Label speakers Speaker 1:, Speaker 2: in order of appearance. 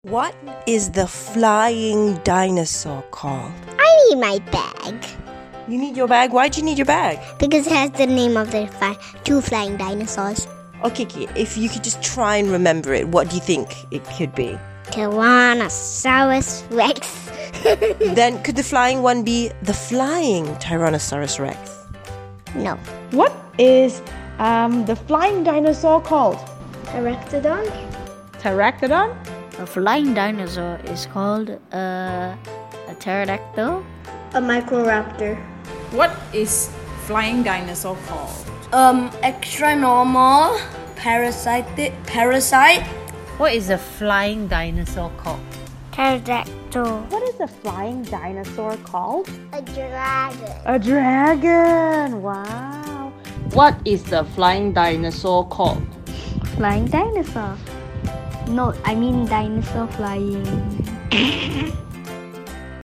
Speaker 1: What is the flying dinosaur called?
Speaker 2: I need my bag
Speaker 1: You need your bag? Why'd you need your bag?
Speaker 2: because it has the name of the fi- two flying dinosaurs.
Speaker 1: Okay, Ki, if you could just try and remember it, what do you think it could be?
Speaker 2: Tyrannosaurus Rex.
Speaker 1: then could the flying one be the flying Tyrannosaurus Rex?
Speaker 2: no.
Speaker 3: What is um, the flying dinosaur called?
Speaker 2: Pteranodon?
Speaker 3: Pteranodon?
Speaker 4: A flying dinosaur is called uh, a pterodactyl.
Speaker 2: A microraptor.
Speaker 5: What is flying dinosaur called?
Speaker 6: um extra normal parasitic parasite
Speaker 7: What is a flying dinosaur called?
Speaker 2: Pterodactyl.
Speaker 3: What is the flying dinosaur called?
Speaker 2: A dragon.
Speaker 3: A dragon! Wow!
Speaker 8: What is the flying dinosaur called?
Speaker 2: Flying dinosaur. No, I mean dinosaur flying.